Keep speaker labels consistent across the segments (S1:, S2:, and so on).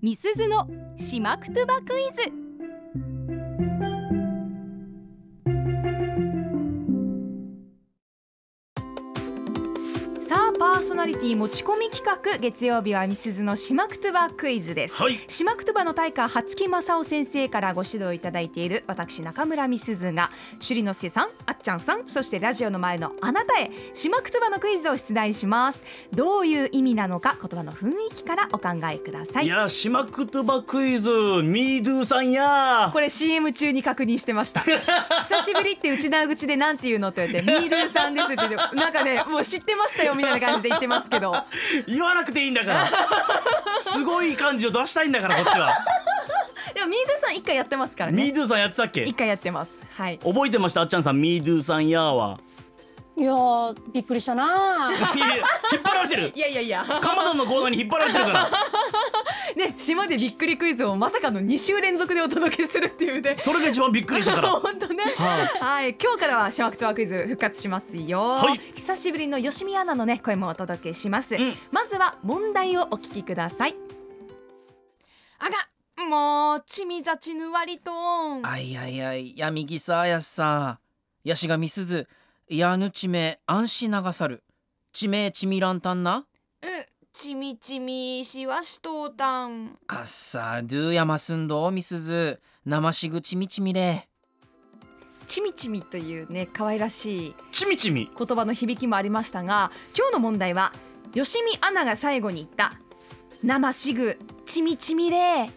S1: みすずのしまくとばクイズさあパーソナリティ持ち込み企画月曜日はみすずのしまくとばクイズです
S2: はい。
S1: しまくとばの大家八木正夫先生からご指導いただいている私中村美鈴が朱里之助さんあっちゃんさんそしてラジオの前のあなたへしまくとばのクイズを出題しますどういう意味なのか言葉の雰囲気からお考えくださ
S2: い
S1: い
S2: や、しまくとばクイズ、ミードゥさんや。
S1: これ CM 中に確認してました 久しぶりってうちな口でなんて言うのって言ってミールさんですって言ってなんかねもう知ってましたよみたいな感じで言ってますけ ど
S2: 言わなくていいん だから。すごい感じを出したいんだから、こっちは。
S1: でもミールさん一回やってますから
S2: ミー
S1: ね
S2: ドゥさんやってたっけ
S1: 一。回やってますはい
S2: 覚えてました、あっちゃんさん、ミードゥさんやは。
S3: いやーびっくりしたなー
S2: いやいや引っ張られてる
S1: い。やいやいや
S2: カマドンのコーナーに引っ張られてるから。
S1: ね、島でびっくりクイズをまさかの2週連続でお届けするっていうね。
S2: それが一番びっくりしたか ら。
S1: 本当ね、
S2: はい
S1: はい、今日からは島クトワクイズ復活しますよ、
S2: はい
S1: 久しぶりの吉見アナのね声もお届けします、
S2: ん
S1: まずは問題をお聞きくださいあがもうちみざちぬわりとん
S4: あいあいあい、やみぎさあやっさ。やしがみすず、やぬちめ、あんしながさる。ちめちみらんたんな。
S5: ちみちみしわしとうたん
S4: あっさ、どぅやますんど、みすず。なましぐちみちみれ。
S1: ちみちみというね可愛らしい
S2: ちみちみ。
S1: 言葉の響きもありましたが今日の問題は吉見アナが最後に言った「生しぐちみちみれ」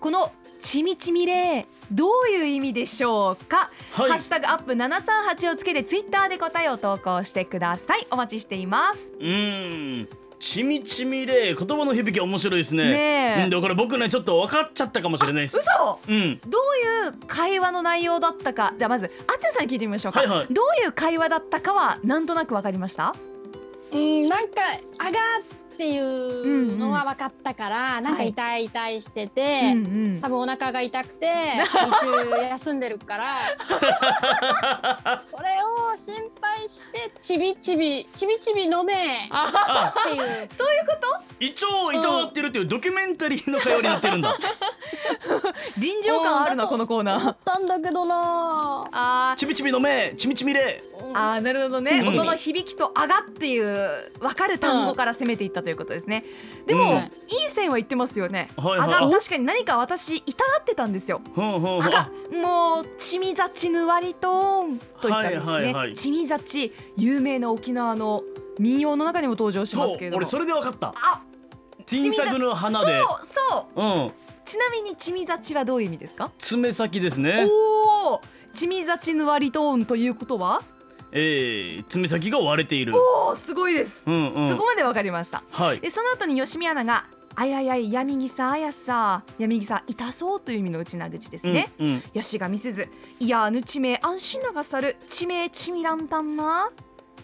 S1: この「ちみちみれ」どういう意味でしょうか、
S2: はい
S1: ハッシュタグアップ738をつけてツイッターで答えを投稿してくださいお待ちしています
S2: うーん。ちみちみれ、言葉の響き面白いですね。
S1: ねえ
S2: うん、で、これ僕ね、ちょっと分かっちゃったかもしれないです。
S1: 嘘
S2: うん。
S1: どういう会話の内容だったかじゃあまずあっちゃんさんに聞いてみましょうか、
S2: はいはい
S1: どういう会話だったかはなんとなくわかりました
S3: うんなんかあがーっていうのは分かったから、なんか痛い痛いしてて、
S1: うんうん
S3: 多分お腹が痛くて2週休んでるからそれを心配してちびちびちびちび飲めっていう
S1: そういうこと
S2: 胃腸いたわってるっていうドキュメンタリーの会話になってるんだ。
S1: 臨場感あるなこのコーナ
S3: 思
S1: ー
S3: ったんだけどなー
S1: あー
S2: ちびちびの目、ちみちみれ。
S3: うん
S1: あーなるほど
S3: チ
S1: ね
S3: ミチミ
S1: 音の響きと「あが」っていう分かる単語から攻めていったということですね、で
S2: う
S1: も、
S2: ん
S3: はい
S1: いい線は言ってますよね、
S2: はいはい
S1: あが確かに何か私痛がってたんですよ
S2: ほうほうほ
S1: あ
S2: う。
S1: がもう「ちみざちぬわりとん」と言ったんですね、
S2: はいはいはい
S1: ちみざち有名な沖縄の民謡の中にも登場しま
S2: そう
S1: すけれ、ども
S2: 俺それで分かった。
S1: あ
S2: ティンサグの花で。
S1: そうそう
S2: うん。
S1: ちなみに「ちみざち」はどういう意味ですか
S2: 爪先ですね。
S1: おおちみざちぬわりとんということは
S2: えー、爪先が割れている。
S1: おおすごいです、
S2: うんう
S1: そ
S2: ん
S1: こ。までわかりました
S2: はい。
S1: でその後に吉見アナが「あややい闇ぎさあやさ闇ぎさ痛そう」という意味の内な口ですね。
S2: うんうん。
S1: よしがみすず「いやぬちめ安心ながさるちめちみらんたんな」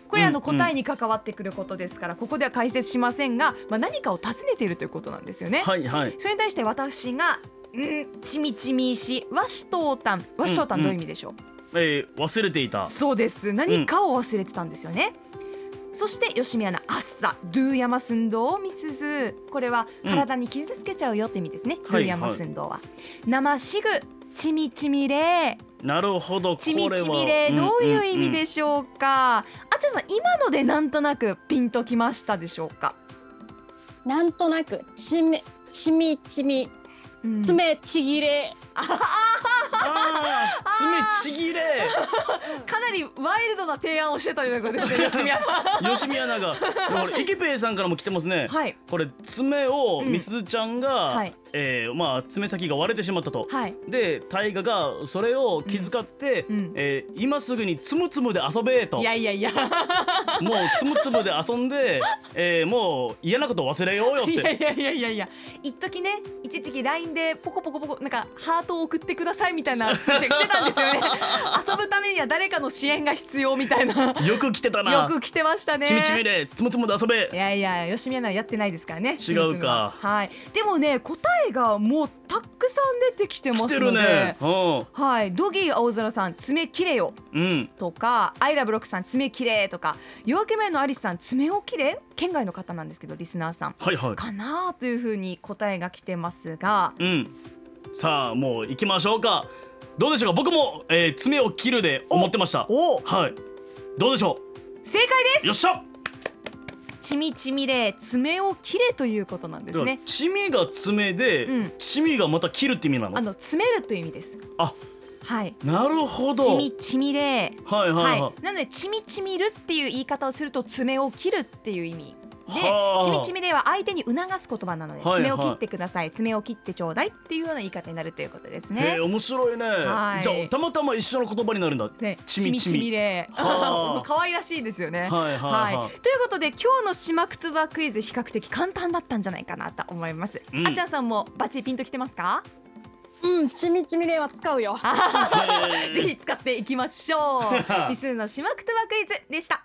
S1: これあの
S2: うんうん
S1: 答えに関わってくることですからここでは解説しませんが、まあ、何かを尋ねているということなんですよね。
S2: はいはい。
S1: それに対して私が「んちみちみしわしとうたん」わしとうたんどういう意味でしょう、
S2: えー、忘れていた。
S1: そうです何かを忘れてたんですよね、そして吉見アナ「あっさドゥヤマスンドーミスズ」これは
S2: うん
S1: 体に傷つけちゃうよって意味ですね、
S2: い
S1: ドゥヤマスンドーは「生しぐちみちみれ
S2: なるほど。」
S1: 「
S2: こ
S1: ち
S2: れ
S1: み
S2: は
S1: ちみれ」どういう意味
S2: んんん
S1: でしょうか、あちゃんさん今のでなんとなくピンときましたでしょうか、
S3: なんとなくちめちみちみ
S1: うん
S3: 爪ちぎれ、
S2: あー爪ちぎれ。
S1: かなりワイルドな提案をしてたということですね吉見アナ
S2: 吉見アナが。でもこれイケペイさんからも来てますね。
S1: はい
S2: これ爪を
S1: うん
S2: みすずちゃんが、
S1: はい
S2: えーまあ爪先が割れてしまったと。
S1: はい
S2: で大河がそれを気遣って、
S1: うんうん
S2: えー今すぐにつむつむで遊べと
S1: いやいやいや
S2: もうつむつむで遊んで、えーもう嫌なこと忘れようよっ
S1: いやい
S2: て
S1: やいやいやいや一時ね一時期 LINE でポコポコポコなんかハートを送ってくださいみたいいな通知が来てたんですよね遊ぶためには誰かの支援が必要みたいな
S2: よく来てたな
S1: よく来てましたね
S2: ちみちみでつむつむで遊べ
S1: いやいや、吉見アナはやってないですからね。
S2: 違うか
S1: つむつむははい。でもね、答えがもうたくさん出てきてま
S2: 来て
S1: すの
S2: る
S1: で。
S2: ねう
S1: はい、ドギー青空さん爪切れよ
S2: んうん
S1: とかアイラブロックさん爪切れとか夜明け前のアリスさん爪を切れ県外の方なんですけどリスナーさん
S2: はいはい
S1: かなというふうに答えが来てますが
S2: うんさあもう行きましょうかどうでしょうか僕も、えー爪を切るで思ってました
S1: お
S2: はいどうでしょ
S1: 正解で
S2: うよっしゃ
S1: すちみちみれ爪を切れということなんですね
S2: チミが爪で、
S1: うん
S2: チミがまた切るって意味なの
S1: あの詰めるという意味です
S2: あ
S1: はい
S2: なるほど
S1: ちみちみれ
S2: はいはいは
S1: はい、なので「ちみちみる」っていう言い方をすると爪を切るっていう意味で
S2: は
S1: 「
S2: あ
S1: ちみちみれ」は相手に促す言葉なので
S2: はいは
S1: 爪
S2: い
S1: を切ってください爪を切ってちょうだいっていうような言い方になるということです
S2: い、へえ
S1: ね。
S2: 面白いね、
S1: はい
S2: じゃあたまたま一緒の言葉になるんだ
S1: ね、
S2: ち
S1: ち
S2: み
S1: み
S2: ちみ
S1: ちみれ、
S2: はあ
S1: 可愛らしいですよね。
S2: はいはいはい
S1: ということで今日のしまくつばクイズ比較的簡単だったんじゃないかなと思います。
S2: うん
S1: あっちゃんさんもバッチリピンときてますか？
S3: うん、ちみちみれは使うよ。
S2: へえ
S1: ぜひ使っていきましょう。ミスのしまくとばクイズでした。